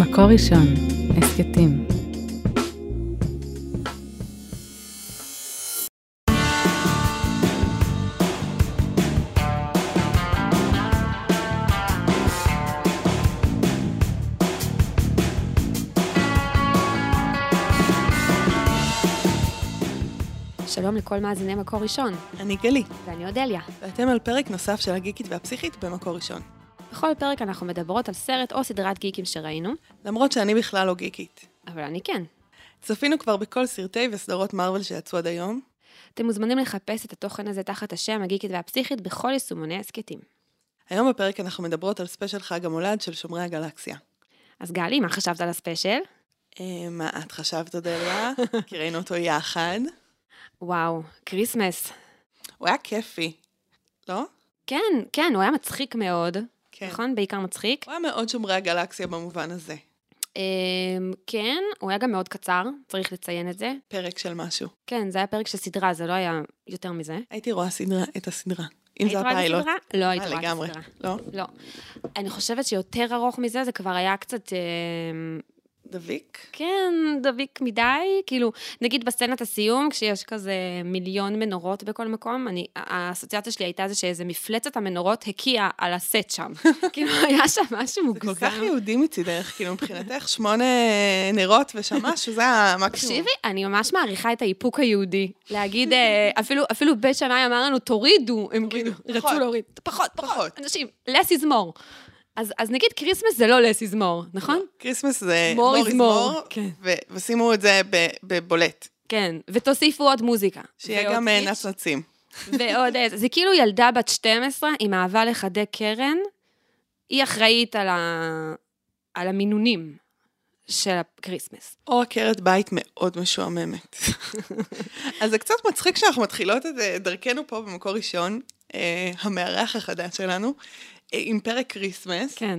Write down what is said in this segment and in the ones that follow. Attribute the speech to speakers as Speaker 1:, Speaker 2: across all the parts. Speaker 1: מקור ראשון, הסכתים.
Speaker 2: שלום לכל מאזיני מקור ראשון,
Speaker 3: אני גלי,
Speaker 2: ואני אודליה.
Speaker 3: ואתם על פרק נוסף של הגיקית והפסיכית במקור ראשון.
Speaker 2: בכל פרק אנחנו מדברות על סרט או סדרת גיקים שראינו,
Speaker 3: למרות שאני בכלל לא גיקית.
Speaker 2: אבל אני כן.
Speaker 3: צפינו כבר בכל סרטי וסדרות מארוול שיצאו עד היום.
Speaker 2: אתם מוזמנים לחפש את התוכן הזה תחת השם הגיקית והפסיכית בכל יישומוני הסכתים.
Speaker 3: היום בפרק אנחנו מדברות על ספיישל חג המולד של שומרי הגלקסיה.
Speaker 2: אז גלי, מה חשבת על הספיישל?
Speaker 3: אה, מה את חשבת, אודליה? כי ראינו אותו יחד.
Speaker 2: וואו, כריסמס.
Speaker 3: הוא היה כיפי, לא?
Speaker 2: כן, כן, הוא היה מצחיק מאוד,
Speaker 3: כן.
Speaker 2: נכון? בעיקר מצחיק.
Speaker 3: הוא היה מאוד שומרי הגלקסיה במובן הזה.
Speaker 2: אמ, כן, הוא היה גם מאוד קצר, צריך לציין את זה.
Speaker 3: פרק של משהו.
Speaker 2: כן, זה היה פרק של סדרה, זה לא היה יותר מזה.
Speaker 3: הייתי רואה סדרה, את הסדרה. אם
Speaker 2: היית
Speaker 3: זה
Speaker 2: רואה את
Speaker 3: הפיילוט.
Speaker 2: הסדרה? לא, הייתי
Speaker 3: אה,
Speaker 2: רואה את
Speaker 3: לגמרי.
Speaker 2: הסדרה.
Speaker 3: לא?
Speaker 2: לא. אני חושבת שיותר ארוך מזה, זה כבר היה קצת, אה,
Speaker 3: דביק?
Speaker 2: כן, דביק מדי. כאילו, נגיד בסצנת הסיום, כשיש כזה מיליון מנורות בכל מקום, אני, האסוציאציה שלי הייתה זה שאיזה מפלצת המנורות הקיאה על הסט שם. כאילו, היה שם משהו
Speaker 3: זה
Speaker 2: מוגזם.
Speaker 3: כל כך יהודי מצידך, כאילו מבחינתך שמונה נרות ושם משהו, זה המקסימום.
Speaker 2: תקשיבי, אני ממש מעריכה את האיפוק היהודי. להגיד, אה, אפילו, אפילו בית שמאי אמר לנו, תורידו, הם כאילו רצו
Speaker 3: פחות.
Speaker 2: להוריד. פחות, פחות.
Speaker 3: פחות.
Speaker 2: אנשים, less is more. אז, אז נגיד כריסמס זה לא less is more,
Speaker 3: לא.
Speaker 2: נכון?
Speaker 3: כריסמס זה
Speaker 2: More
Speaker 3: מור
Speaker 2: is
Speaker 3: איז מור,
Speaker 2: more, כן.
Speaker 3: ו- ושימו את זה ב- בבולט,
Speaker 2: כן, ותוסיפו עוד מוזיקה.
Speaker 3: שיהיה
Speaker 2: ועוד
Speaker 3: גם אה,
Speaker 2: קיץ',
Speaker 3: נצנצים.
Speaker 2: ועוד איזה. זה כאילו ילדה בת 12 עם אהבה לחדי קרן, היא אחראית על, ה... על המינונים של הכריסמס.
Speaker 3: או עקרת בית מאוד משועממת. אז זה קצת מצחיק שאנחנו מתחילות את אה, דרכנו פה במקור ראשון, אה, המארח החדש שלנו, אה, עם פרק כריסמס,
Speaker 2: כן.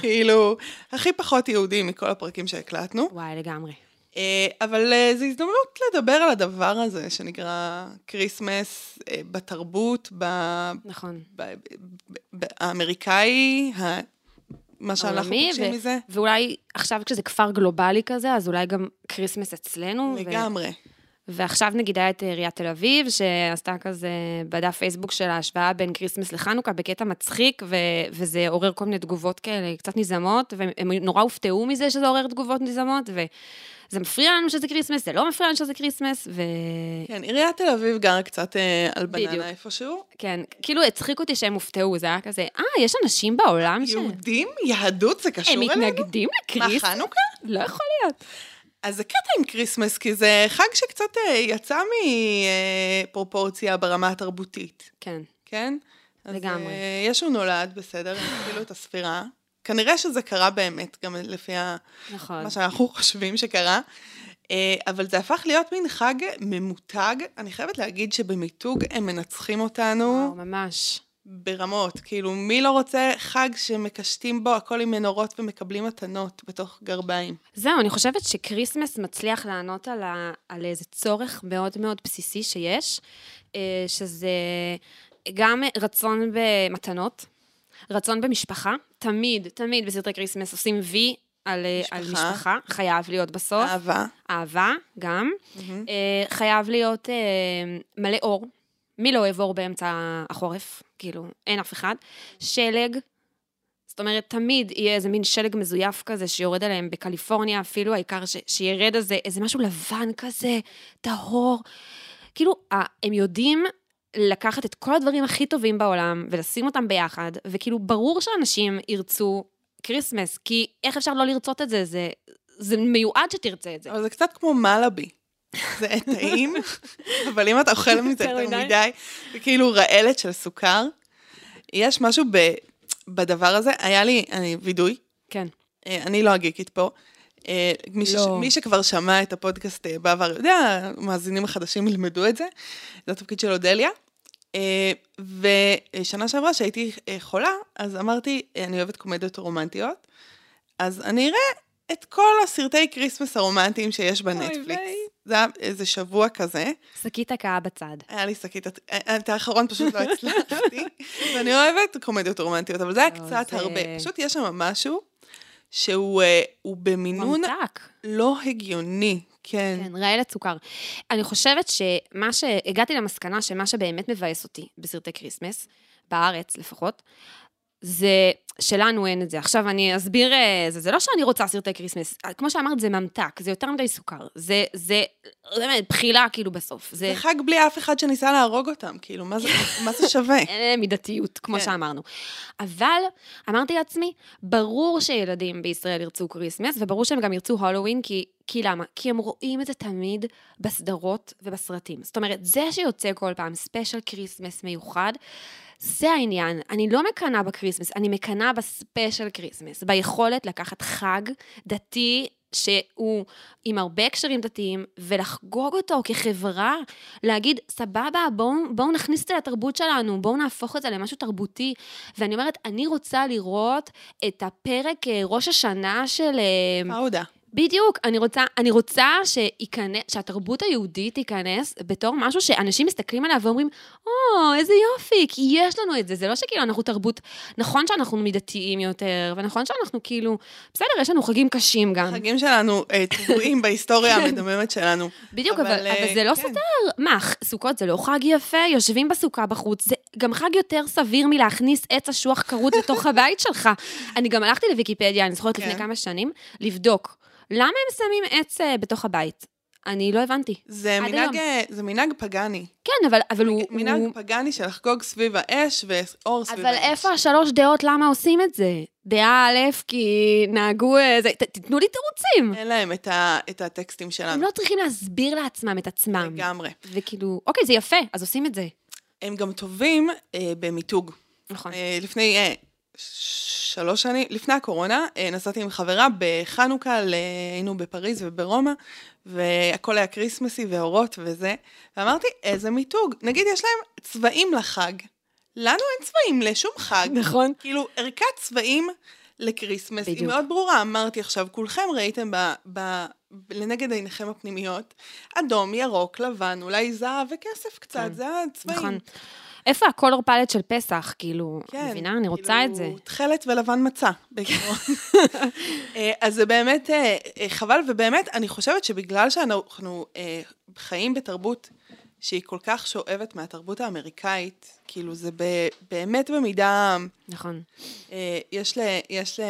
Speaker 3: כאילו, הכי פחות יהודי מכל הפרקים שהקלטנו,
Speaker 2: וואי, לגמרי.
Speaker 3: אה, אבל אה, זו הזדמנות לדבר על הדבר הזה שנקרא כריסמס אה, בתרבות, ב-
Speaker 2: נכון.
Speaker 3: ב- ב- ב- האמריקאי, ה- מה שאנחנו
Speaker 2: עולמי,
Speaker 3: פוגשים
Speaker 2: ו-
Speaker 3: מזה,
Speaker 2: ואולי עכשיו כשזה כפר גלובלי כזה, אז אולי גם כריסמס אצלנו. ו-
Speaker 3: לגמרי.
Speaker 2: ועכשיו נגיד היה את אה, עיריית תל אביב, שעשתה כזה בדף פייסבוק שלה השוואה בין כריסמס לחנוכה בקטע מצחיק, ו- וזה עורר כל מיני תגובות כאלה קצת נזעמות, והם הם נורא הופתעו מזה שזה עורר תגובות נזעמות, וזה מפריע לנו שזה כריסמס, זה לא מפריע לנו שזה כריסמס, ו...
Speaker 3: כן, עיריית תל אביב גרה קצת אה, על
Speaker 2: בדיוק.
Speaker 3: בננה איפשהו.
Speaker 2: כן, כאילו הצחיק אותי שהם הופתעו, זה היה כזה, אה, יש אנשים בעולם ש...
Speaker 3: יהודים, יהדות, זה קשור
Speaker 2: הם
Speaker 3: אלינו?
Speaker 2: מתנגדים
Speaker 3: מה,
Speaker 2: לקריסמס?
Speaker 3: חנוכה?
Speaker 2: לא יכול להיות.
Speaker 3: אז זה קטע עם כריסמס, כי זה חג שקצת אה, יצא מפרופורציה ברמה התרבותית,
Speaker 2: כן.
Speaker 3: כן? אז,
Speaker 2: לגמרי.
Speaker 3: אה, יש הוא נולד, בסדר, הם התחילו את הספירה. כנראה שזה קרה באמת, גם לפי ה...
Speaker 2: נכון.
Speaker 3: מה שאנחנו חושבים שקרה. אה, אבל זה הפך להיות מין חג ממותג. אני חייבת להגיד שבמיתוג הם מנצחים
Speaker 2: וואו,
Speaker 3: אותנו
Speaker 2: ממש.
Speaker 3: ברמות. כאילו, מי לא רוצה חג שמקשטים בו הכל עם מנורות ומקבלים מתנות בתוך גרביים?
Speaker 2: זהו, אני חושבת שכריסמס מצליח לענות על, ה, על איזה צורך מאוד מאוד בסיסי שיש, אה, שזה גם רצון במתנות, רצון במשפחה, תמיד, תמיד בסרטי כריסמס עושים וי על אה, על
Speaker 3: משפחה.
Speaker 2: משפחה, חייב להיות בסוף,
Speaker 3: אהבה.
Speaker 2: אהבה גם, אה, חייב להיות אה, מלא אור, מי לא אוהב אור באמצע החורף? כאילו, אין אף אחד. שלג, זאת אומרת, תמיד יהיה איזה מין שלג מזויף כזה שיורד עליהם בקליפורניה אפילו, העיקר ש- שירד איזה, איזה משהו לבן כזה, טהור. כאילו, ה- הם יודעים לקחת את כל הדברים הכי טובים בעולם ולשים אותם ביחד, וכאילו, ברור שאנשים ירצו כריסמס, כי איך אפשר לא לרצות את זה? זה, זה מיועד שתרצה את זה.
Speaker 3: אבל זה קצת כמו מלאבי. זה טעים, אבל אם אתה אוכל מזה
Speaker 2: יותר
Speaker 3: יותר
Speaker 2: מדי.
Speaker 3: מדי, זה כאילו רעלת של סוכר. יש משהו ב, בדבר הזה, היה לי אני, וידוי,
Speaker 2: כן.
Speaker 3: אה, אני לא הגיקית פה. אה, מי, ש...
Speaker 2: לא.
Speaker 3: מי שכבר שמע את הפודקאסט אה, בעבר יודע, המאזינים החדשים ילמדו את זה. זה התפקיד של אודליה. אה, ושנה שעברה שהייתי אה, חולה, אז אמרתי, אה, אני אוהבת קומדיות רומנטיות, אז אני אראה את כל הסרטי כריסמס הרומנטיים שיש בנטפליקס.
Speaker 2: ויי.
Speaker 3: זה היה איזה שבוע כזה.
Speaker 2: שקית הקאה בצד.
Speaker 3: היה לי שקית, את- אה, את האחרון פשוט לא הצלחתי, ואני אוהבת קומדיות רומנטיות, אבל זה היה
Speaker 2: לא,
Speaker 3: קצת
Speaker 2: זה-
Speaker 3: הרבה. פשוט יש שם משהו שהוא אה, הוא במינון
Speaker 2: ממתק.
Speaker 3: לא הגיוני, כן.
Speaker 2: כן, רעי לסוכר. אני חושבת שמה ש... הגעתי למסקנה שמה שבאמת מבאס אותי בסרטי כריסמס, בארץ לפחות, זה שלנו אין את זה. עכשיו אני אסביר, אה, זה, זה לא שאני רוצה סרטי כריסמס. אה, כמו שאמרת, זה ממתק, זה יותר מדי סוכר. זה, זה, באמת, בחילה כאילו בסוף. זה
Speaker 3: זה חג בלי אף אחד שניסה להרוג אותם, כאילו, מה זה, מה זה שווה?
Speaker 2: אה, מידתיות, כמו
Speaker 3: אוקיי. כן.
Speaker 2: שאמרנו. אבל אמרתי לעצמי, ברור שילדים בישראל ירצו כריסמס, וברור שהם גם ירצו הלואוין, כי, כי למה? כי הם רואים את זה תמיד בסדרות ובסרטים. זאת אומרת, זה שיוצא כל פעם ספיישל כריסמס מיוחד, זה העניין. אני לא מקנאה בכריסמס, אני מקנאה בספיישל כריסמס, ביכולת לקחת חג דתי. שהוא עם הרבה הקשרים דתיים, ולחגוג אותו כחברה, להגיד, סבבה, בואו בוא נכניס את זה לתרבות שלנו, בואו נהפוך את זה למשהו תרבותי. ואני אומרת, אני רוצה לראות את הפרק אה, ראש השנה של... אה,
Speaker 3: פאודה.
Speaker 2: בדיוק, אני רוצה, אני רוצה שייכנס, שהתרבות היהודית תיכנס בתור משהו שאנשים מסתכלים עליו ואומרים, או, איזה יופי, כי יש לנו את זה. זה לא שכאילו אנחנו תרבות, נכון שאנחנו מידתיים יותר, ונכון שאנחנו כאילו, בסדר, יש לנו חגים קשים גם.
Speaker 3: החגים שלנו אה, טבועים בהיסטוריה
Speaker 2: כן.
Speaker 3: המדממת שלנו.
Speaker 2: בדיוק, אבל, אבל,
Speaker 3: אה,
Speaker 2: אבל זה לא
Speaker 3: כן.
Speaker 2: סותר. מה, ח- סוכות זה לא חג יפה? יושבים בסוכה בחוץ. זה גם חג יותר סביר מלהכניס עץ אשוח כרות לתוך הבית שלך. אני גם הלכתי לוויקיפדיה, אני זוכרת לפני
Speaker 3: כן.
Speaker 2: כמה שנים, לבדוק. למה הם שמים עץ אה, בתוך הבית? אני לא הבנתי.
Speaker 3: זה
Speaker 2: עד
Speaker 3: מנהג,
Speaker 2: היום.
Speaker 3: אה, זה מנהג פגאני.
Speaker 2: כן, אבל, אבל הוא...
Speaker 3: מנהג
Speaker 2: הוא...
Speaker 3: פגאני של לחגוג סביב האש ואור סביב
Speaker 2: אבל
Speaker 3: האש.
Speaker 2: איפה השלוש דעות למה עושים את זה? דעה א', כי נהגו... אה, זה- ת- תיתנו לי תירוצים.
Speaker 3: אין להם את, ה, את הטקסטים
Speaker 2: הם
Speaker 3: שלנו.
Speaker 2: לא צריכים להסביר לעצמם את עצמם.
Speaker 3: אה. לגמרי.
Speaker 2: וכאילו, אוקיי, זה יפה, אז עושים את זה.
Speaker 3: הם גם טובים אה, במיתוג.
Speaker 2: נכון.
Speaker 3: אה, לפני אה, ש- שלוש שנים, לפני הקורונה, אה, נסעתי עם חברה בחנוכה, ל- היינו בפריז וברומא, והכל היה כריסמסי ואורות וזה, ואמרתי, איזה מיתוג. נגיד, יש להם צבעים לחג. לנו אין צבעים לשום חג.
Speaker 2: נכון.
Speaker 3: כאילו, ערכת צבעים לקריסמס היא
Speaker 2: בדיוק.
Speaker 3: מאוד ברורה. אמרתי עכשיו, כולכם ראיתם ב... ב... לנגד עיניכם הפנימיות, אדום, ירוק, לבן, אולי זהב וכסף קצת,
Speaker 2: כן.
Speaker 3: זה הצבעים.
Speaker 2: נכון. איפה הקולר פלט של פסח? כאילו,
Speaker 3: כן,
Speaker 2: מבינה? אני רוצה את זה.
Speaker 3: כאילו, תכלת ולבן מצה, בעיקרון. אה, אז זה באמת אה, אה, חבל, ובאמת, אני חושבת שבגלל שאנחנו אה, חיים בתרבות שהיא כל כך שואבת מהתרבות האמריקאית, כאילו זה ב- באמת במידה...
Speaker 2: נכון.
Speaker 3: אה, יש ל... יש ל...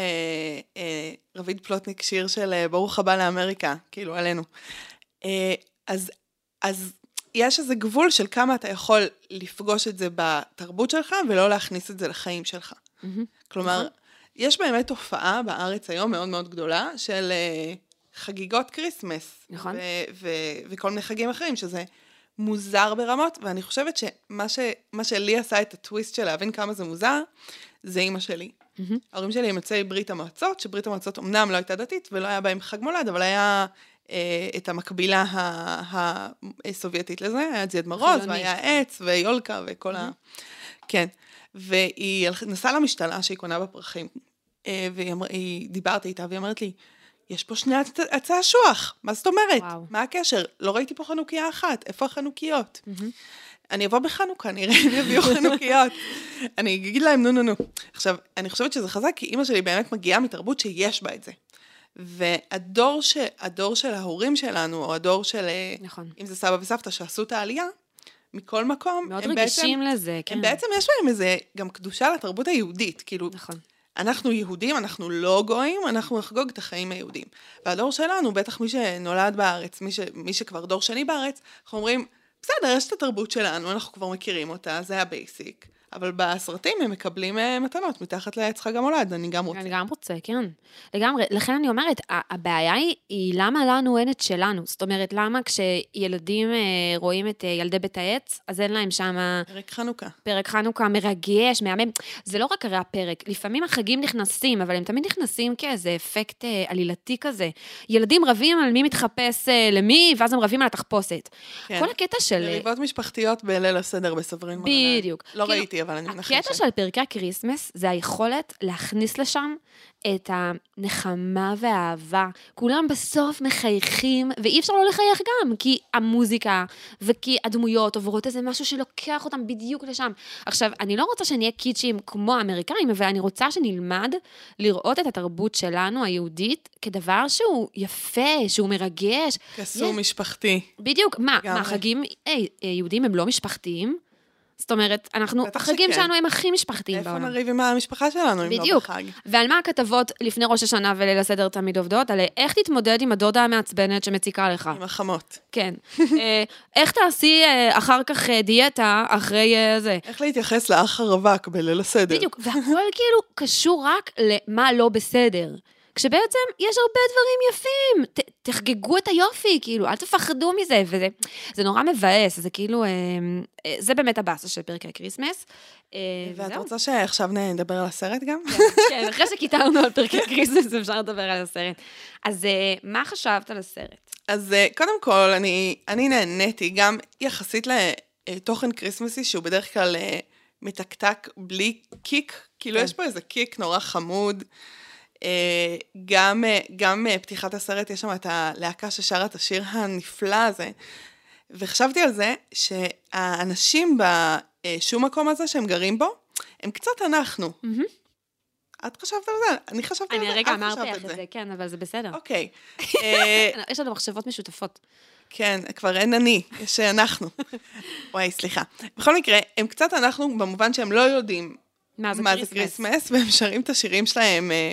Speaker 3: אה, רביד פלוטניק שיר של אה, ברוך הבא לאמריקה, כאילו, עלינו. אה, אז, אז יש איזה גבול של כמה אתה יכול לפגוש את זה בתרבות שלך ולא להכניס את זה לחיים שלך.
Speaker 2: מהמם.
Speaker 3: כלומר,
Speaker 2: נכון.
Speaker 3: יש באמת תופעה בארץ היום מאוד מאוד גדולה של אה, חגיגות כריסמס.
Speaker 2: נכון.
Speaker 3: ו- ו- וכל מיני חגים אחרים, שזה מוזר ברמות, ואני חושבת שמה ש- מה שלי עשה את הטוויסט של להבין כמה זה מוזר, זה אימא שלי.
Speaker 2: מהמם.
Speaker 3: ההורים שלי הם יוצאי ברית המועצות, שברית המועצות אמנם לא הייתה דתית ולא היה בהם חג מולד, אבל היה אה, את המקבילה ה- הסובייטית לזה, היה את זייד מרוז,
Speaker 2: חילונית.
Speaker 3: והיה עץ, ויולקה, וכל ה... כן. והיא הלכ- נסעה למשתלה שהיא קונה בפרחים, אה, והיא אמר- היא- דיברתי איתה, והיא אמרת לי, יש פה שני עצ- עצי אשוח, מה זאת אומרת?
Speaker 2: וואו.
Speaker 3: מה הקשר? לא ראיתי פה חנוכיה אחת, איפה החנוכיות?
Speaker 2: מהמם.
Speaker 3: אני אבוא בחנוכה, אני אראה אם יביאו חנוכיות. אני אגיד להם נו נו נו. עכשיו, אני חושבת שזה חזק, כי אימא שלי באמת מגיעה מתרבות שיש בה את זה. והדור ש... הדור של ההורים שלנו, או הדור של... אה,
Speaker 2: נכון.
Speaker 3: אם זה סבא וסבתא שעשו את העלייה, מכל מקום,
Speaker 2: מאוד
Speaker 3: הם בעצם...
Speaker 2: רגישים לזה, כן.
Speaker 3: הם בעצם יש בהם איזה גם קדושה לתרבות היהודית, כאילו,
Speaker 2: נכון.
Speaker 3: אנחנו יהודים, אנחנו לא גויים, אנחנו נחגוג את החיים היהודים. והדור שלנו, בטח מי שנולד בארץ, מי, ש, מי שכבר דור שני בארץ, אנחנו אומרים, בסדר, יש את התרבות שלנו, אנחנו כבר מכירים אותה, זה הבייסיק. אבל בסרטים הם מקבלים אה, מתנות מתחת לעץ חג המולד, אני גם רוצה.
Speaker 2: אני גם רוצה, כן. לגמרי. לכן אני אומרת, ה- הבעיה היא, היא למה לנו אין את שלנו. זאת אומרת, למה כשילדים אה, רואים את אה, ילדי בית העץ, אז אין להם שמה...
Speaker 3: פרק חנוכה.
Speaker 2: פרק חנוכה מרגש, מהמם. זה לא רק הרי הפרק, לפעמים החגים נכנסים, אבל הם תמיד נכנסים כאיזה אפקט אה, עלילתי כזה. ילדים רבים על מי מתחפש אה, למי, ואז הם רבים על התחפושת.
Speaker 3: כן.
Speaker 2: כל הקטע של...
Speaker 3: מריבות משפחתיות בליל הסדר בסברין מרדן.
Speaker 2: בדיוק.
Speaker 3: לא
Speaker 2: כאילו,
Speaker 3: ראיתי, לי, אבל אני מנחשת.
Speaker 2: הקטע של פרקי הקריסמס זה היכולת להכניס לשם את הנחמה והאהבה. כולם בסוף מחייכים, ואי אפשר לא לחייך גם, כי המוזיקה וכי הדמויות עוברות איזה משהו שלוקח אותם בדיוק לשם. עכשיו, אני לא רוצה שנהיה קיצ'ים כמו האמריקאים, אבל אני רוצה שנלמד לראות את התרבות שלנו, היהודית, כדבר שהוא יפה, שהוא מרגש.
Speaker 3: קסום
Speaker 2: יש-
Speaker 3: משפחתי.
Speaker 2: בדיוק, מה,
Speaker 3: לגמרי.
Speaker 2: מה, חגים היי, יהודים הם לא משפחתיים? זאת אומרת, אנחנו,
Speaker 3: בטח
Speaker 2: החגים
Speaker 3: שכן.
Speaker 2: שלנו הם הכי משפחתיים
Speaker 3: איפה
Speaker 2: בעולם.
Speaker 3: נריב עם המשפחה שלנו, אם לא
Speaker 2: בדיוק.
Speaker 3: בחג?
Speaker 2: ועל מה הכתבות לפני ראש השנה וליל הסדר תמיד עובדות? על אה, איך תתמודד עם הדודה המעצבנת שמציקה לך.
Speaker 3: עם החמות.
Speaker 2: כן. אה, איך תעשי אה, אחר כך אה, דיאטה אחרי אה, זה?
Speaker 3: איך להתייחס לאח הרווק בליל הסדר?
Speaker 2: בדיוק, והכל כאילו קשור רק למה לא בסדר. כשבעצם יש הרבה דברים יפים, ת, תחגגו את היופי, כאילו, אל תפחדו מזה, וזה זה נורא מבאס, זה כאילו, אה, אה, זה באמת הבאסה של פרקי הקריסמס. אה,
Speaker 3: ואת
Speaker 2: וזהו.
Speaker 3: רוצה שעכשיו נדבר על הסרט גם?
Speaker 2: כן, אחרי שקיטרנו על פרקי קריסמס, אפשר לדבר על הסרט. אז אה, מה חשבת על הסרט?
Speaker 3: אז אה, קודם כל, אני, אני נהניתי גם יחסית לתוכן כריסמסי, שהוא בדרך כלל אה, מתקתק בלי קיק, כאילו
Speaker 2: כן.
Speaker 3: יש פה איזה קיק נורא חמוד. אה, גם, אה, גם אה, פתיחת הסרט, יש שם את הלהקה ששרה את השיר הנפלא הזה. וחשבתי על זה שהאנשים בשום מקום הזה שהם גרים בו, הם קצת אנחנו.
Speaker 2: מהמם.
Speaker 3: את חשבת על זה? אני חשבתי על
Speaker 2: אני
Speaker 3: זה?
Speaker 2: הרגע
Speaker 3: את אה, חשבת
Speaker 2: אמרתי
Speaker 3: על
Speaker 2: לך את זה, כן, אבל זה בסדר.
Speaker 3: אוקיי. אה,
Speaker 2: יש לנו מחשבות משותפות.
Speaker 3: כן, כבר אין אני, יש אנחנו. וואי, סליחה. בכל מקרה, הם קצת אנחנו במובן שהם לא יודעים
Speaker 2: מה אה, זה
Speaker 3: מה זה
Speaker 2: קריסמס?
Speaker 3: כריסמס, והם שרים את השירים שלהם. אה,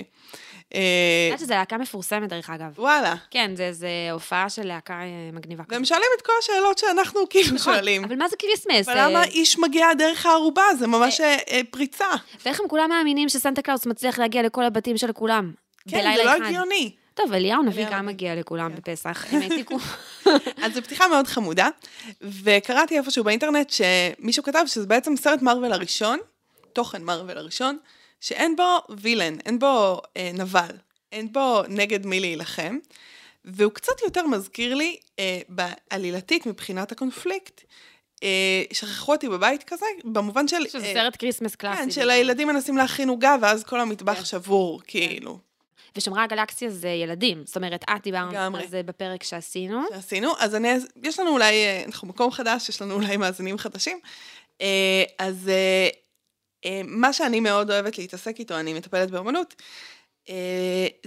Speaker 3: אה,
Speaker 2: את יודעת שזו להקה מפורסמת, דרך אגב.
Speaker 3: וואלה.
Speaker 2: כן, זה, זה הופעה של להקה אה, מגניבה.
Speaker 3: והם
Speaker 2: כזאת.
Speaker 3: שואלים את כל השאלות שאנחנו כאילו
Speaker 2: נכון,
Speaker 3: שואלים.
Speaker 2: אבל מה זה כריסמס?
Speaker 3: אבל
Speaker 2: אה,
Speaker 3: למה איש מגיע דרך הערובה? זה ממש אה, אה, פריצה.
Speaker 2: ואיך הם כולם מאמינים שסנטה קלאוס מצליח להגיע לכל הבתים של כולם?
Speaker 3: כן, זה
Speaker 2: בלילה
Speaker 3: לא
Speaker 2: אחד.
Speaker 3: הגיוני.
Speaker 2: טוב, אליהו נביא
Speaker 3: אליהו
Speaker 2: גם
Speaker 3: הנביא.
Speaker 2: מגיע לכולם
Speaker 3: כן.
Speaker 2: בפסח, הם העתיקו.
Speaker 3: אז זו פתיחה מאוד חמודה, וקראתי איפשהו באינטרנט שמישהו כתב שזה בעצם סרט מארוול הראשון, תוכן מארוול הראשון, שאין בו וילן, אין בו אה, נבל, אין בו נגד מי להילחם, והוא קצת יותר מזכיר לי, אה, בעלילתית מבחינת הקונפליקט, אה, שכחו אותי בבית כזה, במובן של...
Speaker 2: שזה
Speaker 3: אה,
Speaker 2: סרט כריסמס קלאסי.
Speaker 3: כן, של הילדים מנסים להכין עוגה, ואז כל המטבח
Speaker 2: כן.
Speaker 3: שבור, כאילו.
Speaker 2: ושומרי הגלקסיה זה ילדים. זאת אומרת, את דיברנו
Speaker 3: לגמרי.
Speaker 2: על זה בפרק שעשינו.
Speaker 3: שעשינו, אז אני, יש לנו אולי, אה, אנחנו מקום חדש, יש לנו אולי מאזינים חדשים. אה, אז אה, אה, מה שאני מאוד אוהבת להתעסק איתו, אני מטפלת באמנות, אה,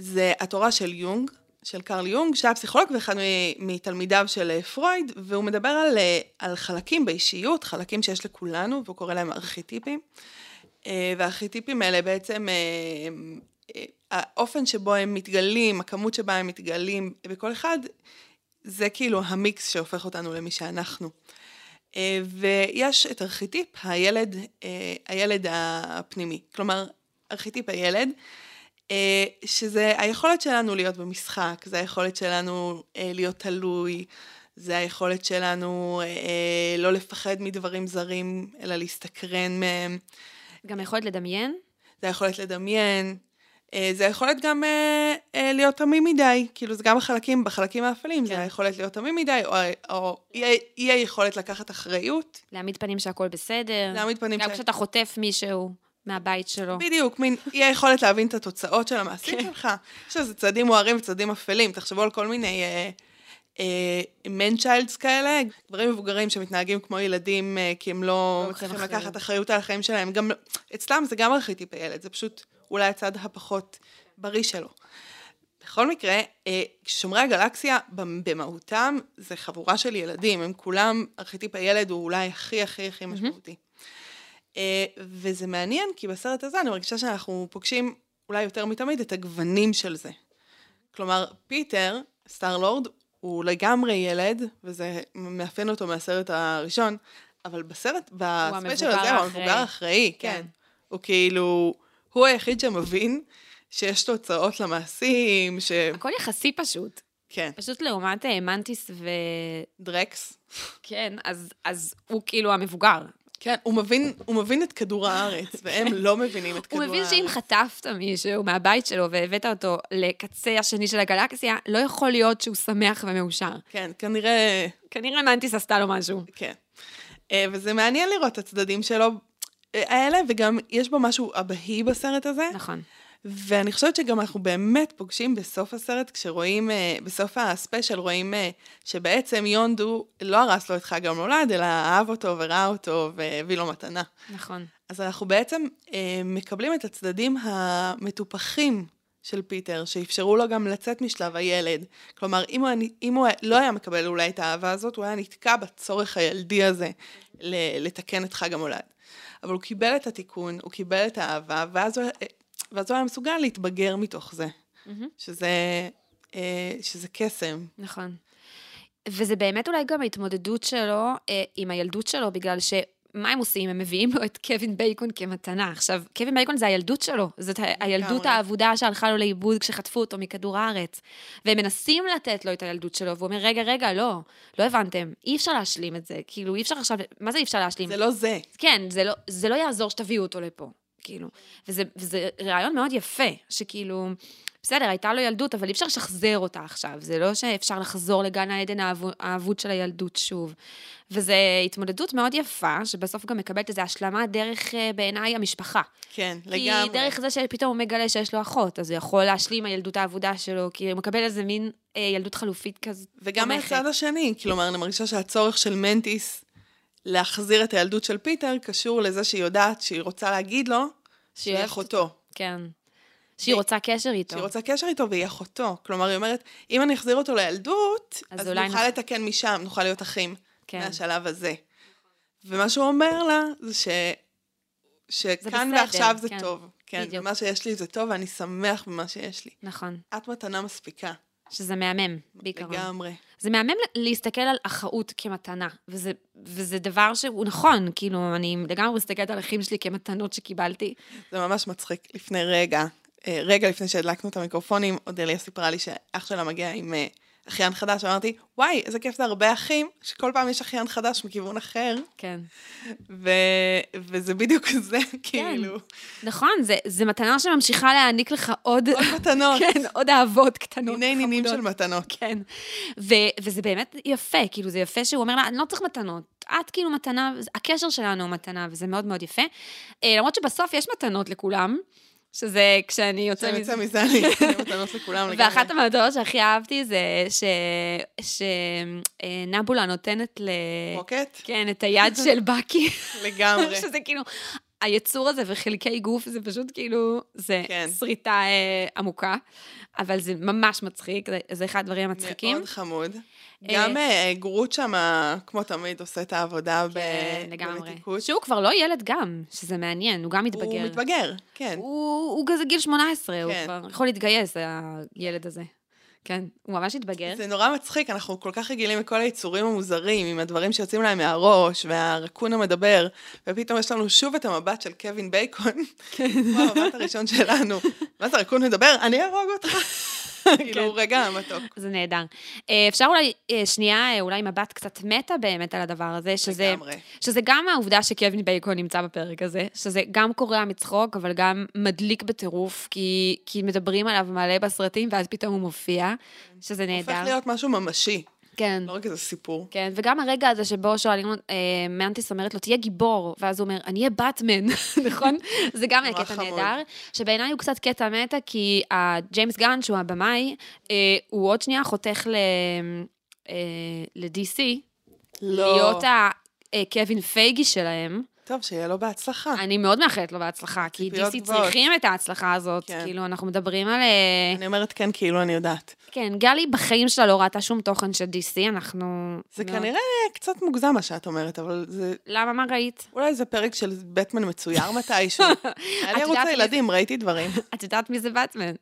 Speaker 3: זה התורה של יונג, של קרל יונג, שהיה פסיכולוג ואחד מ- מתלמידיו של אה, פרויד, והוא מדבר על, אה, על חלקים באישיות, חלקים שיש לכולנו, והוא קורא להם ארכיטיפים. אה, והארכיטיפים האלה בעצם, אה, הם, אה, האופן שבו הם מתגלים, הכמות שבה הם מתגלים בכל אחד, זה כאילו המיקס שהופך אותנו למי שאנחנו. אה, ויש את ארכיטיפ הילד, אה, הילד הפנימי. כלומר, ארכיטיפ הילד, אה, שזה היכולת שלנו להיות במשחק, זה היכולת שלנו אה, להיות תלוי, זה היכולת שלנו אה, לא לפחד מדברים זרים, אלא להסתקרן מהם, כן.
Speaker 2: גם יכולת לדמיין.
Speaker 3: זה היכולת לדמיין, אה, זה היכולת גם אה, אה, להיות תמים מדי, כאילו זה גם החלקים, בחלקים האפלים,
Speaker 2: כן.
Speaker 3: זה היכולת להיות תמים מדי, או, או אי, אי היכולת לקחת אחריות,
Speaker 2: להעמיד פנים שהכל בסדר.
Speaker 3: להעמיד פנים
Speaker 2: כן. גם
Speaker 3: ש-
Speaker 2: כשאתה חוטף מישהו מהבית שלו.
Speaker 3: בדיוק, מין אי היכולת להבין את התוצאות של המעשים שלך. יש לזה צעדים מוארים וצעדים אפלים, תחשבו על כל מיני אה, אה, man childs כאלה, גברים מבוגרים שמתנהגים כמו ילדים, אה, כי הם לא
Speaker 2: לוקחים
Speaker 3: מצליחים
Speaker 2: אחריות.
Speaker 3: לקחת אחריות על החיים שלהם. גם לא, אצלם זה גם ארכיטיפ הילד, זה פשוט אולי הצד הפחות בריא שלו. בכל מקרה, אה, שומרי הגלקסיה במ- במהותם זה חבורה של ילדים, הם כולם, ארכיטיפ הילד הוא אולי הכי הכי הכי משמעותי. אה, וזה מעניין, כי בסרט הזה אני מרגישה שאנחנו פוגשים אולי יותר מתמיד את הגוונים של זה. כלומר, פיטר, סטארלורד, הוא לגמרי ילד, וזה מאפיין אותו מהסרט הראשון, אבל בסרט, בספיישל
Speaker 2: המבוגר
Speaker 3: הזה, הוא
Speaker 2: האחראי.
Speaker 3: המבוגר האחראי,
Speaker 2: כן.
Speaker 3: כן. הוא כאילו, הוא היחיד שמבין שיש תוצאות למעשים, ש...
Speaker 2: הכל יחסי פשוט.
Speaker 3: כן,
Speaker 2: פשוט לעומת אה, מנטיס ו...
Speaker 3: דרקס.
Speaker 2: כן, אז, אז הוא כאילו המבוגר.
Speaker 3: כן, הוא מבין, הוא מבין את כדור הארץ, והם לא מבינים את כדור
Speaker 2: הוא
Speaker 3: הארץ.
Speaker 2: מבין שאם חטפת מישהו מהבית שלו והבאת אותו לקצה השני של הגלקסיה, לא יכול להיות שהוא שמח ומאושר.
Speaker 3: כן, כנראה...
Speaker 2: כנראה מנטיס עשתה לו משהו.
Speaker 3: כן. אה, וזה מעניין לראות את הצדדים שלו, האלה, וגם יש בו משהו אבהי בסרט הזה.
Speaker 2: נכון.
Speaker 3: ואני חושבת שגם אנחנו באמת פוגשים בסוף הסרט, כשרואים, אה, בסוף הספיישל רואים אה, שבעצם יונדו לא הרס לו את חג המולד, אלא אהב אותו וראה אותו והביא לו מתנה.
Speaker 2: נכון.
Speaker 3: אז אנחנו בעצם אה, מקבלים את הצדדים המטופחים של פיטר, שאפשרו לו גם לצאת משלב הילד. כלומר, אם הוא, היה- אם הוא היה- לא היה מקבל אולי את האהבה הזאת, הוא היה נתקע בצורך הילדי הזה ל- לתקן את חג המולד. אבל הוא קיבל את התיקון, הוא קיבל את האהבה, ואז הוא, אה, ואז הוא היה מסוגל להתבגר מתוך זה.
Speaker 2: מהמם.
Speaker 3: שזה, אה, שזה קסם.
Speaker 2: נכון. וזה באמת אולי גם ההתמודדות שלו אה, עם הילדות שלו, בגלל ש... מה הם עושים? הם מביאים לו את קווין בייקון כמתנה. עכשיו, קווין בייקון זה הילדות שלו, זאת ה- הילדות האבודה שהלכה לו לאיבוד כשחטפו אותו מכדור הארץ. והם מנסים לתת לו את הילדות שלו, והוא אומר, רגע, רגע, לא, לא הבנתם, אי אפשר להשלים את זה. כאילו, אי אפשר עכשיו, מה זה אי אפשר להשלים?
Speaker 3: זה לא זה.
Speaker 2: כן, זה לא, זה לא יעזור שתביאו אותו לפה, כאילו. וזה, וזה רעיון מאוד יפה, שכאילו, בסדר, הייתה לו ילדות, אבל אי אפשר לשחזר אותה עכשיו. זה לא שאפשר לחזור לגן העדן האבו- האבוד של הילדות שוב. וזו התמודדות מאוד יפה, שבסוף גם מקבלת איזו השלמה דרך, אה, בעיניי, המשפחה.
Speaker 3: כן,
Speaker 2: כי דרך זה שפתאום הוא מגלה שיש לו אחות, אז הוא יכול להשלים הילדות האבודה שלו, כי הוא מקבל איזה מין אה, ילדות חלופית כזאת.
Speaker 3: וגם
Speaker 2: תומכת.
Speaker 3: מהצד השני, כלומר, אני מרגישה שהצורך של מנטיס להחזיר את הילדות של פיטר קשור לזה שהיא יודעת שהיא רוצה להגיד לו
Speaker 2: שהיא
Speaker 3: שהיא
Speaker 2: אוהבת
Speaker 3: אחותו.
Speaker 2: כן. שהיא רוצה קשר איתו.
Speaker 3: שהיא רוצה קשר איתו והיא אחותו. כלומר, היא אומרת, אם אני אחזיר אותו לילדות,
Speaker 2: אז
Speaker 3: אז,
Speaker 2: אולי
Speaker 3: נוכל
Speaker 2: נח-
Speaker 3: לתקן משם, נוכל להיות אחים
Speaker 2: כן.
Speaker 3: מהשלב הזה. ומה שהוא אומר לה זה ש... שכאן
Speaker 2: בסדר,
Speaker 3: ועכשיו זה
Speaker 2: כן.
Speaker 3: טוב. כן,
Speaker 2: בדיוק.
Speaker 3: מה שיש לי זה טוב, ואני שמח במה שיש לי.
Speaker 2: נכון.
Speaker 3: את מתנה מספיקה,
Speaker 2: שזה מהמם, בעיקרון.
Speaker 3: לגמרי.
Speaker 2: זה מהמם ל- להסתכל על אחאות כמתנה, וזה, וזה דבר שהוא נכון, כאילו, אני לגמרי מסתכלת על אחים שלי כמתנות שקיבלתי.
Speaker 3: זה ממש מצחיק. לפני רגע, אה, רגע לפני שהדלקנו את המיקרופונים, אודליה סיפרה לי שאח שלה מגיע עם אה, אחיין חדש, אמרתי, וואי, איזה כיף זה הרבה אחים, שכל פעם יש אחיין חדש מכיוון אחר,
Speaker 2: כן.
Speaker 3: ו... וזה בדיוק זה, כאילו.
Speaker 2: נכון, זה, זה מתנה שממשיכה להעניק לך עוד,
Speaker 3: עוד מתנות,
Speaker 2: כן, עוד אהבות קטנות.
Speaker 3: מיני נינים של
Speaker 2: חמודות.
Speaker 3: מתנות.
Speaker 2: כן. ו, וזה באמת יפה, כאילו, זה יפה שהוא אומר לה, אני לא צריך מתנות. את כאילו מתנה, הקשר שלנו הוא מתנה, וזה מאוד מאוד יפה. אה, למרות שבסוף יש מתנות לכולם, שזה כשאני כן, יוצא
Speaker 3: אני
Speaker 2: מזה.
Speaker 3: יוצא מזה, אני אתן מתנות לכולם לגמרי.
Speaker 2: ואחת המטרות שהכי אהבתי זה שנבולה נותנת ל...
Speaker 3: רוקט,
Speaker 2: כן, את היד של בקי,
Speaker 3: אוקיי. לגמרי.
Speaker 2: שזה כאילו, היצור הזה וחלקי גוף, זה פשוט כאילו, זה
Speaker 3: כן.
Speaker 2: שריטה אה, עמוקה, אבל זה ממש מצחיק, זה- זה אחד הדברים המצחיקים.
Speaker 3: מאוד חמוד. גם אה, גרוט שם, כמו תמיד, עושה את העבודה ב-
Speaker 2: כן, לגמרי.
Speaker 3: במתיקות.
Speaker 2: שהוא כבר לא ילד גם, שזה מעניין, הוא גם מתבגר.
Speaker 3: הוא מתבגר, כן.
Speaker 2: הוא הוא כזה גיל 18, הוא
Speaker 3: כן.
Speaker 2: כבר יכול להתגייס, הילד הזה. כן, הוא ממש התבגר.
Speaker 3: זה נורא מצחיק, אנחנו כל כך רגילים מכל היצורים המוזרים, עם הדברים שיוצאים להם מהראש, והרקון המדבר, ופתאום יש לנו שוב את המבט של קווין בייקון,
Speaker 2: כן.
Speaker 3: כמו המבט הראשון שלנו. מה זה, רקון מדבר? אני אהרוג אותך.
Speaker 2: כן.
Speaker 3: כאילו, רגע, מתוק.
Speaker 2: זה נהדר. אה, אפשר אולי, אה, שנייה, אה, אולי מבט קצת מטה באמת על הדבר הזה, שזה,
Speaker 3: לגמרי.
Speaker 2: שזה גם העובדה שקווין בייקון נמצא בפרק הזה, שזה גם קורע מצחוק, אבל גם מדליק בטירוף, כי, כי מדברים עליו מלא בסרטים, ואז פתאום הוא מופיע, שזה נהדר.
Speaker 3: כן. הופך להיות משהו ממשי,
Speaker 2: כן.
Speaker 3: לא רק איזה סיפור.
Speaker 2: כן, וגם הרגע הזה שבו שואלים, אה, מנטיס אומרת לו, תהיה גיבור, ואז הוא אומר, אני אהיה באטמן, נכון? זה גם היה
Speaker 3: נורא
Speaker 2: קטע
Speaker 3: חמוד.
Speaker 2: נהדר, שבעיניי הוא קצת קטע מטה, כי אה, ג'יימס גן, שהוא הבמאי, אה, הוא עוד שנייה חותך ל... אה, ל-DC,
Speaker 3: לא.
Speaker 2: להיות הקווין פייגי שלהם.
Speaker 3: טוב, שיהיה לו בהצלחה.
Speaker 2: אני מאוד מאחלת לו בהצלחה, כי
Speaker 3: ציפיות
Speaker 2: DC
Speaker 3: גבוהות.
Speaker 2: צריכים את ההצלחה הזאת.
Speaker 3: כן.
Speaker 2: כאילו, אנחנו מדברים על... אה,
Speaker 3: אני אומרת כן, כאילו אני יודעת.
Speaker 2: כן, גלי בחיים שלה לא ראתה שום תוכן של DC, אנחנו...
Speaker 3: זה
Speaker 2: מאוד-
Speaker 3: כנראה קצת מוגזם מה שאת אומרת, אבל זה...
Speaker 2: למה, מה ראית?
Speaker 3: אולי זה פרק של בטמן מצויר מתישהו. היה לי ערוץ
Speaker 2: יודעת מי-
Speaker 3: הילדים, ראיתי דברים.
Speaker 2: את יודעת מי זה באטמן?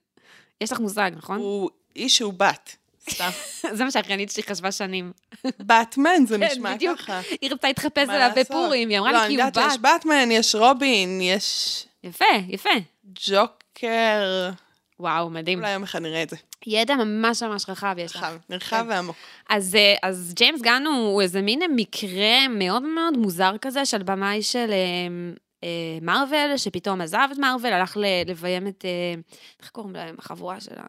Speaker 2: יש לך מושג, נכון?
Speaker 3: הוא איש שהוא בת. סתם.
Speaker 2: זה מה שהאחיינית שלי חשבה שנים.
Speaker 3: באטמן, זה
Speaker 2: כן,
Speaker 3: נשמע
Speaker 2: בדיוק.
Speaker 3: ככה.
Speaker 2: היא רצתה להתחפש
Speaker 3: מה
Speaker 2: עליו
Speaker 3: לעשות?
Speaker 2: בפורים, היא אמרה לי
Speaker 3: לא, אני
Speaker 2: כי הוא
Speaker 3: יודעת שיש
Speaker 2: בת.
Speaker 3: באטמן, יש רובין, יש
Speaker 2: יפה, יפה. כן.
Speaker 3: ג'וקר.
Speaker 2: וואו, מדהים.
Speaker 3: אולי יום אחד נראה את זה.
Speaker 2: ידע ממש ממש רחב יש לך. כן.
Speaker 3: רחב, נרחב ועמוק.
Speaker 2: אז, אה, אז ג'יימס גן הוא, הוא איזה מין מקרה מאוד מאוד מוזר כזה של במאי של אה, אה, מארוול, שפתאום עזב את מארוול, הלך ל- לביים את, אה, איך קוראים להם, החבורה של ה...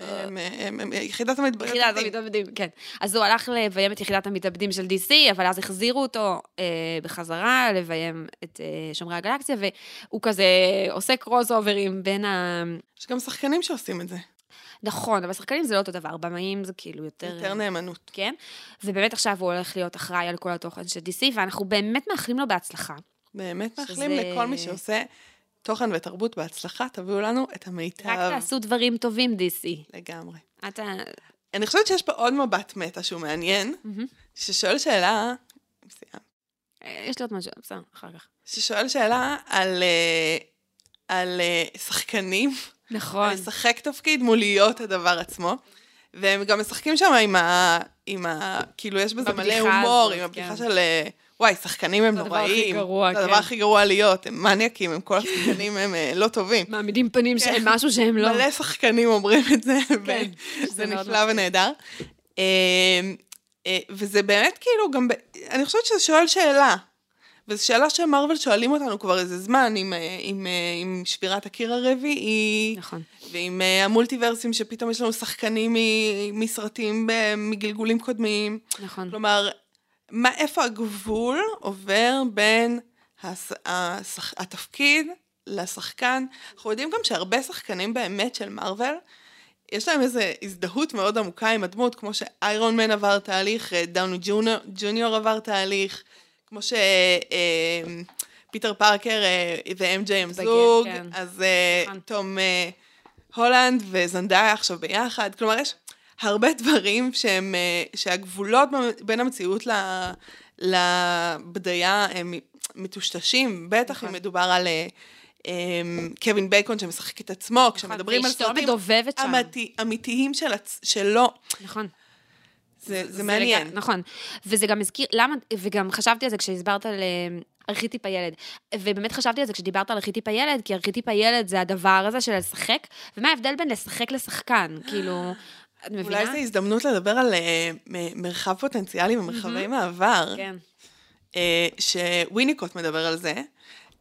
Speaker 3: הם- הם- הם- יחידת המתבגרים.
Speaker 2: יחידת המתאבדים, כן. אז הוא הלך לביים את יחידת המתאבדים של DC, אבל אז החזירו אותו אה, בחזרה לביים את אה, שומרי הגלקסיה, והוא כזה עושה קרוס אוברים בין ה...
Speaker 3: יש גם שחקנים שעושים את זה.
Speaker 2: נכון, אבל שחקנים זה לא אותו דבר, במאים זה כאילו יותר...
Speaker 3: יותר נאמנות.
Speaker 2: כן? ובאמת עכשיו הוא הולך להיות אחראי על כל התוכן של DC, ואנחנו באמת מאחלים לו בהצלחה.
Speaker 3: באמת
Speaker 2: שזה-
Speaker 3: מאחלים לכל מי שעושה תוכן ותרבות בהצלחה, תביאו לנו את
Speaker 2: רק
Speaker 3: המיטב.
Speaker 2: תעשו דברים טובים, DC.
Speaker 3: לגמרי.
Speaker 2: אתה...
Speaker 3: אני חושבת שיש פה עוד מבט מטא שהוא מעניין,
Speaker 2: מהמם.
Speaker 3: ששואל שאלה,
Speaker 2: אה, יש לי עוד משהו, בסדר, אחר כך.
Speaker 3: ששואל שאלה על, אה, על אה, שחקנים,
Speaker 2: נכון.
Speaker 3: על לשחק תפקיד מול להיות הדבר עצמו. והם גם משחקים שם עם ה... עם ה... כאילו, יש בזה מלא
Speaker 2: בבדיחה
Speaker 3: הומור,
Speaker 2: הזאת,
Speaker 3: עם הבדיחה
Speaker 2: כן.
Speaker 3: של... אה, וואי, שחקנים הם
Speaker 2: זה הדבר הכי
Speaker 3: נוראים.
Speaker 2: גרוע,
Speaker 3: זה הדבר
Speaker 2: כן.
Speaker 3: הכי גרוע להיות, הם מניאקים, הם כל השחקנים הם אה, לא טובים.
Speaker 2: מעמידים פנים שהם משהו שהם לא.
Speaker 3: כן. מלא שחקנים אומרים את זה,
Speaker 2: כן,
Speaker 3: וזה
Speaker 2: שזה מאוד
Speaker 3: נפלא ונהדר. אה, אה, וזה באמת כאילו גם, ב... אני חושבת שזה שואל שאלה. וזו שאלה שמרוול שואלים אותנו כבר איזה זמן, עם, אה, עם, אה, עם שבירת הקיר הרביעי,
Speaker 2: נכון.
Speaker 3: ועם אה, המולטיברסים שפתאום יש לנו שחקנים מ- מסרטים ב- מגלגולים קודמים.
Speaker 2: נכון.
Speaker 3: כלומר, מה, איפה הגבול עובר בין הס, השח, התפקיד לשחקן? אנחנו יודעים גם שהרבה שחקנים באמת של מארוול, יש להם איזו הזדהות מאוד עמוקה עם הדמות, כמו שאיירון מן עבר תהליך, אה, דאוני ג'וניור, ג'וניור עבר תהליך, כמו שפיטר אה, פיטר פארקר אה, ואם.ג'יי הם
Speaker 2: התבגר,
Speaker 3: זוג,
Speaker 2: כן.
Speaker 3: אז אה,
Speaker 2: נכון.
Speaker 3: תום אה, הולנד וזנדאיה עכשיו ביחד, כלומר יש הרבה דברים שהם, אה, שהגבולות ב- בין המציאות ל- לבדיה הם מטושטשים, בטח
Speaker 2: נכון.
Speaker 3: אם מדובר על אה, אה, קווין בייקון שמשחק את עצמו, כשמדברים
Speaker 2: נכון,
Speaker 3: על
Speaker 2: ואשתו
Speaker 3: סרטים
Speaker 2: מדובבת שם.
Speaker 3: אמיתי, אמיתיים של הצ... שלו,
Speaker 2: נכון.
Speaker 3: זה, זה, מעניין.
Speaker 2: לג- נכון. וזה גם הזכיר, למה, וגם חשבתי על זה כשהסברת על אה, ארכיטיפ הילד. ובאמת חשבתי על זה כשדיברת על ארכיטיפ הילד, כי ארכיטיפ הילד זה הדבר הזה של לשחק, ומה ההבדל בין לשחק לשחקן? כאילו, את מבינה?
Speaker 3: אולי זו הזדמנות לדבר על אה, מ- מרחב פוטנציאלי ומרחבי מעבר.
Speaker 2: כן.
Speaker 3: אה, שוויניקוט מדבר על זה,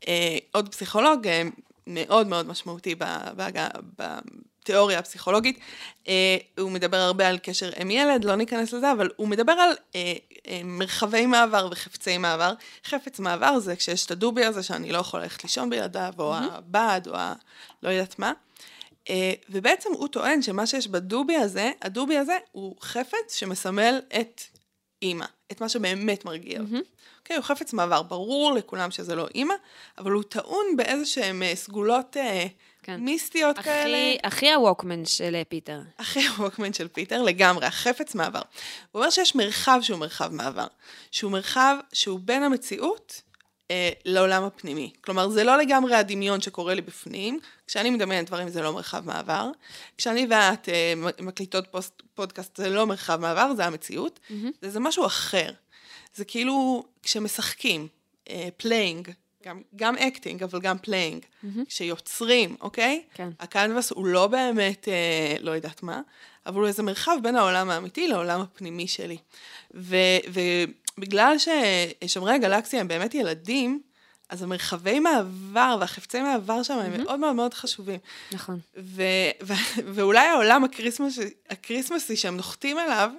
Speaker 3: אה, עוד פסיכולוג אה, מאוד מאוד משמעותי ב- בהג- בתיאוריה הפסיכולוגית, אה, הוא מדבר הרבה על קשר אם ילד, לא ניכנס לזה, אבל הוא מדבר על אה, אה, מרחבי מעבר וחפצי מעבר. חפץ מעבר זה כשיש את הדובי הזה שאני לא יכול ללכת לישון בלעדיו, או הבד, או ה... לא יודעת מה. אה, ובעצם הוא טוען שמה שיש בדובי הזה, הדובי הזה הוא חפץ שמסמל את אימא, את מה שבאמת מרגיע אותה. אוקיי, הוא חפץ מעבר, ברור לכולם שזה לא אימא, אבל הוא טעון באיזה שהן סגולות אה,
Speaker 2: כן.
Speaker 3: מיסטיות כאלה.
Speaker 2: הכי- הכי הווקמן של אה, פיטר.
Speaker 3: אחרי הווקמן של פיטר, לגמרי, החפץ מעבר. הוא אומר שיש מרחב שהוא מרחב מעבר, שהוא מרחב שהוא בין המציאות אה, לעולם הפנימי. כלומר, זה לא לגמרי הדמיון שקורה לי בפנים, כשאני מדמיינת דברים זה לא מרחב מעבר, כשאני ואת אה, מקליטות פוסט, פודקאסט זה לא מרחב מעבר, זה המציאות, mm-hmm. זה משהו אחר. זה כאילו כשמשחקים, פליינג, גם, גם אקטינג, אבל גם פליינג, mm-hmm. כשיוצרים, אוקיי?
Speaker 2: כן.
Speaker 3: הקנבס הוא לא באמת, אה, לא יודעת מה, אבל הוא איזה מרחב בין העולם האמיתי לעולם הפנימי שלי. ו, ובגלל ששומרי הגלקסיה הם באמת ילדים, אז המרחבי מעבר והחפצי מעבר שם הם מאוד מאוד מאוד חשובים.
Speaker 2: נכון.
Speaker 3: ו, ו, ואולי העולם הקריסמס, הקריסמסי שהם נוחתים עליו,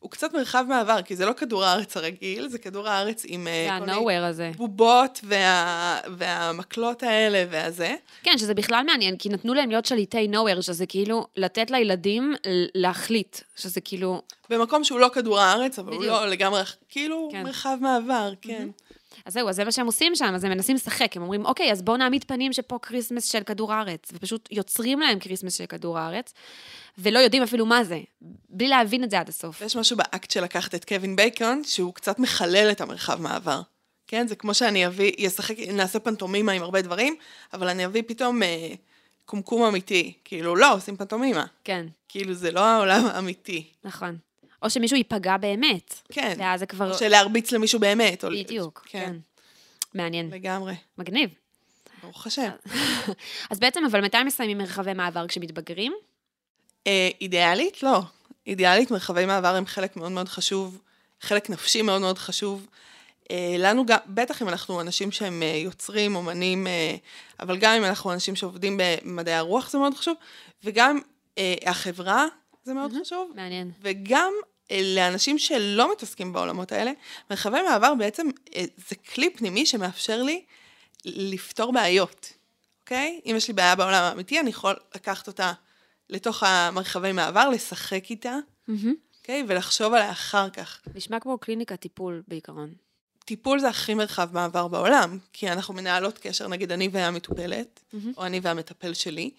Speaker 3: הוא קצת מרחב מעבר, כי זה לא כדור הארץ הרגיל, זה כדור הארץ עם אה,
Speaker 2: זה
Speaker 3: כל מיני
Speaker 2: ה-nowhere הזה.
Speaker 3: בובות וה, והמקלות האלה והזה.
Speaker 2: כן, שזה בכלל מעניין, כי נתנו להם להיות שליטי nowhere, שזה כאילו לתת לילדים ל- להחליט, שזה כאילו...
Speaker 3: במקום שהוא לא כדור הארץ, אבל הוא
Speaker 2: בדיוק.
Speaker 3: לא לגמרי, כאילו
Speaker 2: כן.
Speaker 3: מרחב מעבר, כן.
Speaker 2: אז זהו, אז זה מה שהם עושים שם, אז הם מנסים לשחק, הם אומרים, אוקיי, אז בואו נעמיד פנים שפה כריסמס של כדור הארץ, ופשוט יוצרים להם כריסמס של כדור הארץ, ולא יודעים אפילו מה זה, בלי להבין את זה עד הסוף.
Speaker 3: ויש משהו באקט של לקחת את קווין בייקון, שהוא קצת מחלל את המרחב מעבר. כן, זה כמו שאני אביא, אשחק, נעשה פנטומימה עם הרבה דברים, אבל אני אביא פתאום אה, קומקום אמיתי. כאילו, לא, עושים פנטומימה.
Speaker 2: כן,
Speaker 3: כאילו, זה לא העולם האמיתי.
Speaker 2: נכון. או שמישהו ייפגע באמת.
Speaker 3: כן.
Speaker 2: ואז זה כבר...
Speaker 3: או שלהרביץ למישהו באמת. או-
Speaker 2: בדיוק, כן. מעניין,
Speaker 3: לגמרי.
Speaker 2: מגניב.
Speaker 3: ברוך השם.
Speaker 2: אז בעצם, אבל מתי מסיימים מרחבי מעבר כשמתבגרים?
Speaker 3: אה, אידיאלית? לא. אידיאלית, מרחבי מעבר הם חלק מאוד מאוד חשוב, חלק נפשי מאוד מאוד חשוב. אה, לנו גם, בטח אם אנחנו אנשים שהם אה, יוצרים, אומנים, אה, אבל גם אם אנחנו אנשים שעובדים במדעי הרוח זה מאוד חשוב, וגם אה, החברה, זה מאוד
Speaker 2: מהמם.
Speaker 3: חשוב,
Speaker 2: מעניין.
Speaker 3: וגם אה, לאנשים שלא מתעסקים בעולמות האלה, מרחבי מעבר בעצם אה, זה כלי פנימי שמאפשר לי לפתור בעיות, אוקיי? אם יש לי בעיה בעולם האמיתי, אני יכול לקחת אותה לתוך המרחבי מעבר, לשחק איתה, אוקיי? ולחשוב עליה אחר כך.
Speaker 2: נשמע כמו קליניקה טיפול בעיקרון.
Speaker 3: טיפול זה הכי מרחב מעבר בעולם, כי אנחנו מנהלות קשר, נגיד אני והמטופלת,
Speaker 2: מהמם.
Speaker 3: או אני והמטפל שלי,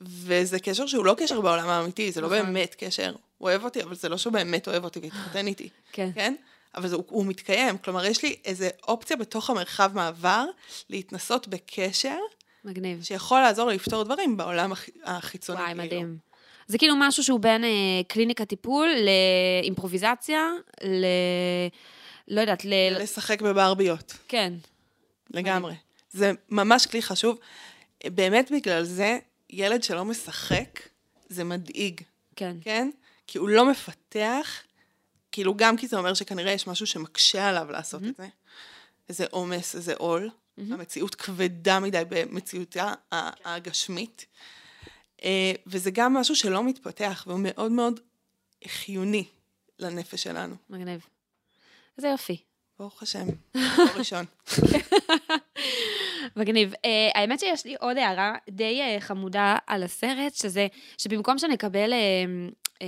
Speaker 3: וזה קשר שהוא לא קשר בעולם האמיתי, זה לא
Speaker 2: נכון.
Speaker 3: באמת קשר. הוא אוהב אותי, אבל זה לא שהוא באמת אוהב אותי והתחתן איתי,
Speaker 2: כן.
Speaker 3: כן? אבל זה, הוא, הוא מתקיים, כלומר, יש לי איזו אופציה בתוך המרחב מעבר להתנסות בקשר
Speaker 2: מגניב.
Speaker 3: שיכול לעזור לי לפתור דברים בעולם הח- החיצוני.
Speaker 2: וואי,
Speaker 3: כאילו.
Speaker 2: מדהים. זה כאילו משהו שהוא בין אה, קליניקה טיפול לאימפרוביזציה, ל... לא יודעת, ל...
Speaker 3: לשחק בברביות.
Speaker 2: כן.
Speaker 3: לגמרי. זה ממש כלי חשוב. באמת בגלל זה, ילד שלא משחק, זה מדאיג,
Speaker 2: כן.
Speaker 3: כן? כי הוא לא מפתח, כאילו גם כי זה אומר שכנראה יש משהו שמקשה עליו לעשות את זה. איזה עומס, איזה עול. המציאות כבדה מדי במציאותה ה- הגשמית. אה, וזה גם משהו שלא מתפתח, והוא מאוד מאוד חיוני לנפש שלנו.
Speaker 2: מגניב. איזה יופי.
Speaker 3: ברוך השם, דבר ראשון.
Speaker 2: מגניב. Uh, האמת שיש לי עוד הערה די uh, חמודה על הסרט, שזה שבמקום שנקבל uh, uh,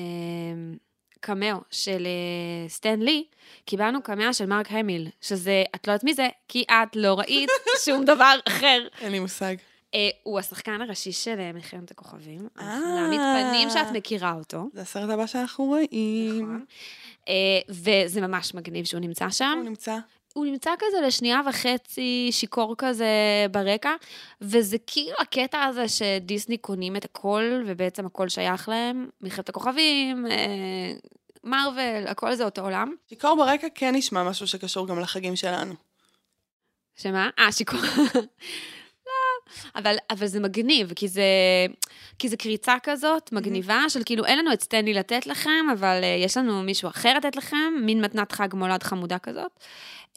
Speaker 2: קמאו של uh, סטן לי, קיבלנו קמאו של מרק המיל, שזה, את לא יודעת מי זה, כי את לא ראית שום דבר אחר.
Speaker 3: אין לי מושג.
Speaker 2: Uh, הוא השחקן הראשי של אה, מלחמת הכוכבים.
Speaker 3: אה.
Speaker 2: להעמיד פנים שאת מכירה אותו.
Speaker 3: זה הסרט הבא שאנחנו רואים.
Speaker 2: נכון. אה, וזה ממש מגניב שהוא נמצא שם.
Speaker 3: הוא נמצא.
Speaker 2: הוא נמצא כזה לשנייה וחצי שיכור כזה ברקע, וזה כאילו הקטע הזה שדיסני קונים את הכל, ובעצם הכל שייך להם, מלחמת הכוכבים, אה, מארוול, הכל זה אותו עולם.
Speaker 3: שיכור ברקע כן נשמע משהו שקשור גם לחגים שלנו.
Speaker 2: שמה? אה, שיכור. לא, אבל, אבל זה מגניב, כי זה, כי זה קריצה כזאת מגניבה, של כאילו, אין לנו את סטנלי לתת לכם, אבל אה, יש לנו מישהו אחר לתת לכם, מין מתנת חג מולד חמודה כזאת.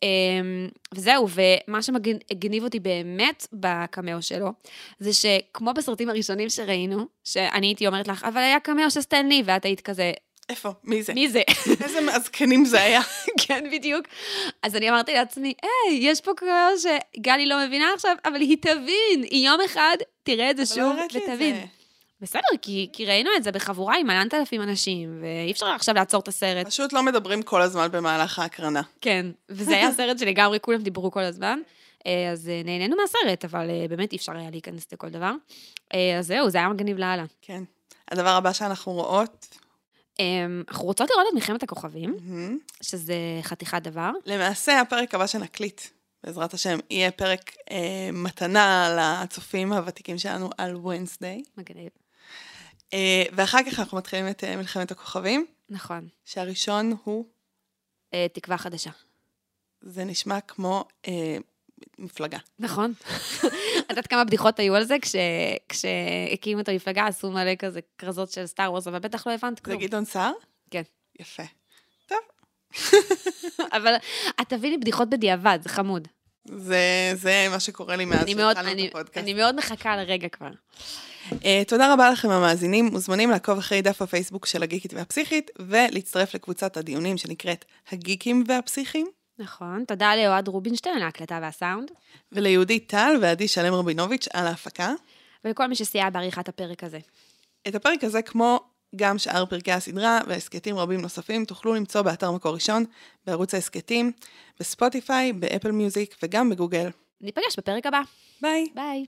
Speaker 2: אה, וזהו, ומה שהגניב אותי באמת בקמאו שלו, זה שכמו בסרטים הראשונים שראינו, שאני הייתי אומרת לך, אבל היה קמאו של סטנלי, ואת היית כזה,
Speaker 3: איפה? מי זה?
Speaker 2: מי זה?
Speaker 3: איזה מהזקנים זה היה?
Speaker 2: כן, בדיוק. אז אני אמרתי לעצמי, היי, יש פה קריאה שגלי לא מבינה עכשיו, אבל היא תבין, היא יום אחד תראה את זה
Speaker 3: אבל לא
Speaker 2: שוב
Speaker 3: הראית לי את
Speaker 2: ותבין.
Speaker 3: זה.
Speaker 2: בסדר, כי, כי ראינו את זה בחבורה עם 8,000 אנשים, ואי אפשר עכשיו לעצור את הסרט.
Speaker 3: פשוט לא מדברים כל הזמן במהלך ההקרנה.
Speaker 2: כן, וזה היה סרט שלגמרי כולם דיברו כל הזמן. אה, אז אה, נהנינו מהסרט, אבל אה, באמת אי אפשר היה להיכנס לכל דבר. אה, אז זהו, זה היה מגניב לאללה.
Speaker 3: כן. הדבר הבא שאנחנו רואות,
Speaker 2: אה, אנחנו רוצות לראות את מלחמת הכוכבים,
Speaker 3: מהמם.
Speaker 2: שזה חתיכת דבר.
Speaker 3: למעשה הפרק הבא שנקליט, בעזרת השם, יהיה פרק אה, מתנה לצופים הוותיקים שלנו על ווינסדיי.
Speaker 2: מגניב.
Speaker 3: אה, ואחר כך אנחנו מתחילים את אה, מלחמת הכוכבים,
Speaker 2: נכון.
Speaker 3: שהראשון הוא,
Speaker 2: אה, תקווה חדשה.
Speaker 3: זה נשמע כמו אה, מפלגה.
Speaker 2: נכון. את יודעת כמה בדיחות היו על זה? כש... כשהקימו את המפלגה עשו מלא כזה כרזות של סטאר וורס, אבל בטח לא הבנת
Speaker 3: זה
Speaker 2: כלום.
Speaker 3: גדעון סער?
Speaker 2: כן.
Speaker 3: יפה.
Speaker 2: אבל את תביא לי בדיחות בדיעבד, זה חמוד.
Speaker 3: זה, זה מה שקורה לי מאז
Speaker 2: אני מאוד,
Speaker 3: שהתחלנו
Speaker 2: אני,
Speaker 3: את הפודקאסט.
Speaker 2: אני מאוד מחכה לרגע כבר.
Speaker 3: אה, תודה רבה לכם המאזינים, מוזמנים לעקוב אחרי דף הפייסבוק של הגיקית והפסיכית, ולהצטרף לקבוצת הדיונים שנקראת הגיקים והפסיכים,
Speaker 2: נכון, תודה לאוהד רובינשטיין על ההקלטה והסאונד,
Speaker 3: וליהודי טל ועדי שלם רבינוביץ' על ההפקה.
Speaker 2: ולכל מי שסייע בעריכת הפרק הזה.
Speaker 3: את הפרק הזה, כמו גם שאר פרקי הסדרה והסכתים רבים נוספים, תוכלו למצוא באתר מקור ראשון, בערוץ ההסכתים, בספוטיפיי, באפל מיוזיק וגם בגוגל.
Speaker 2: ניפגש בפרק הבא.
Speaker 3: ביי!
Speaker 2: ביי.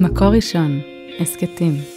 Speaker 1: מקור ראשון, הסכתים.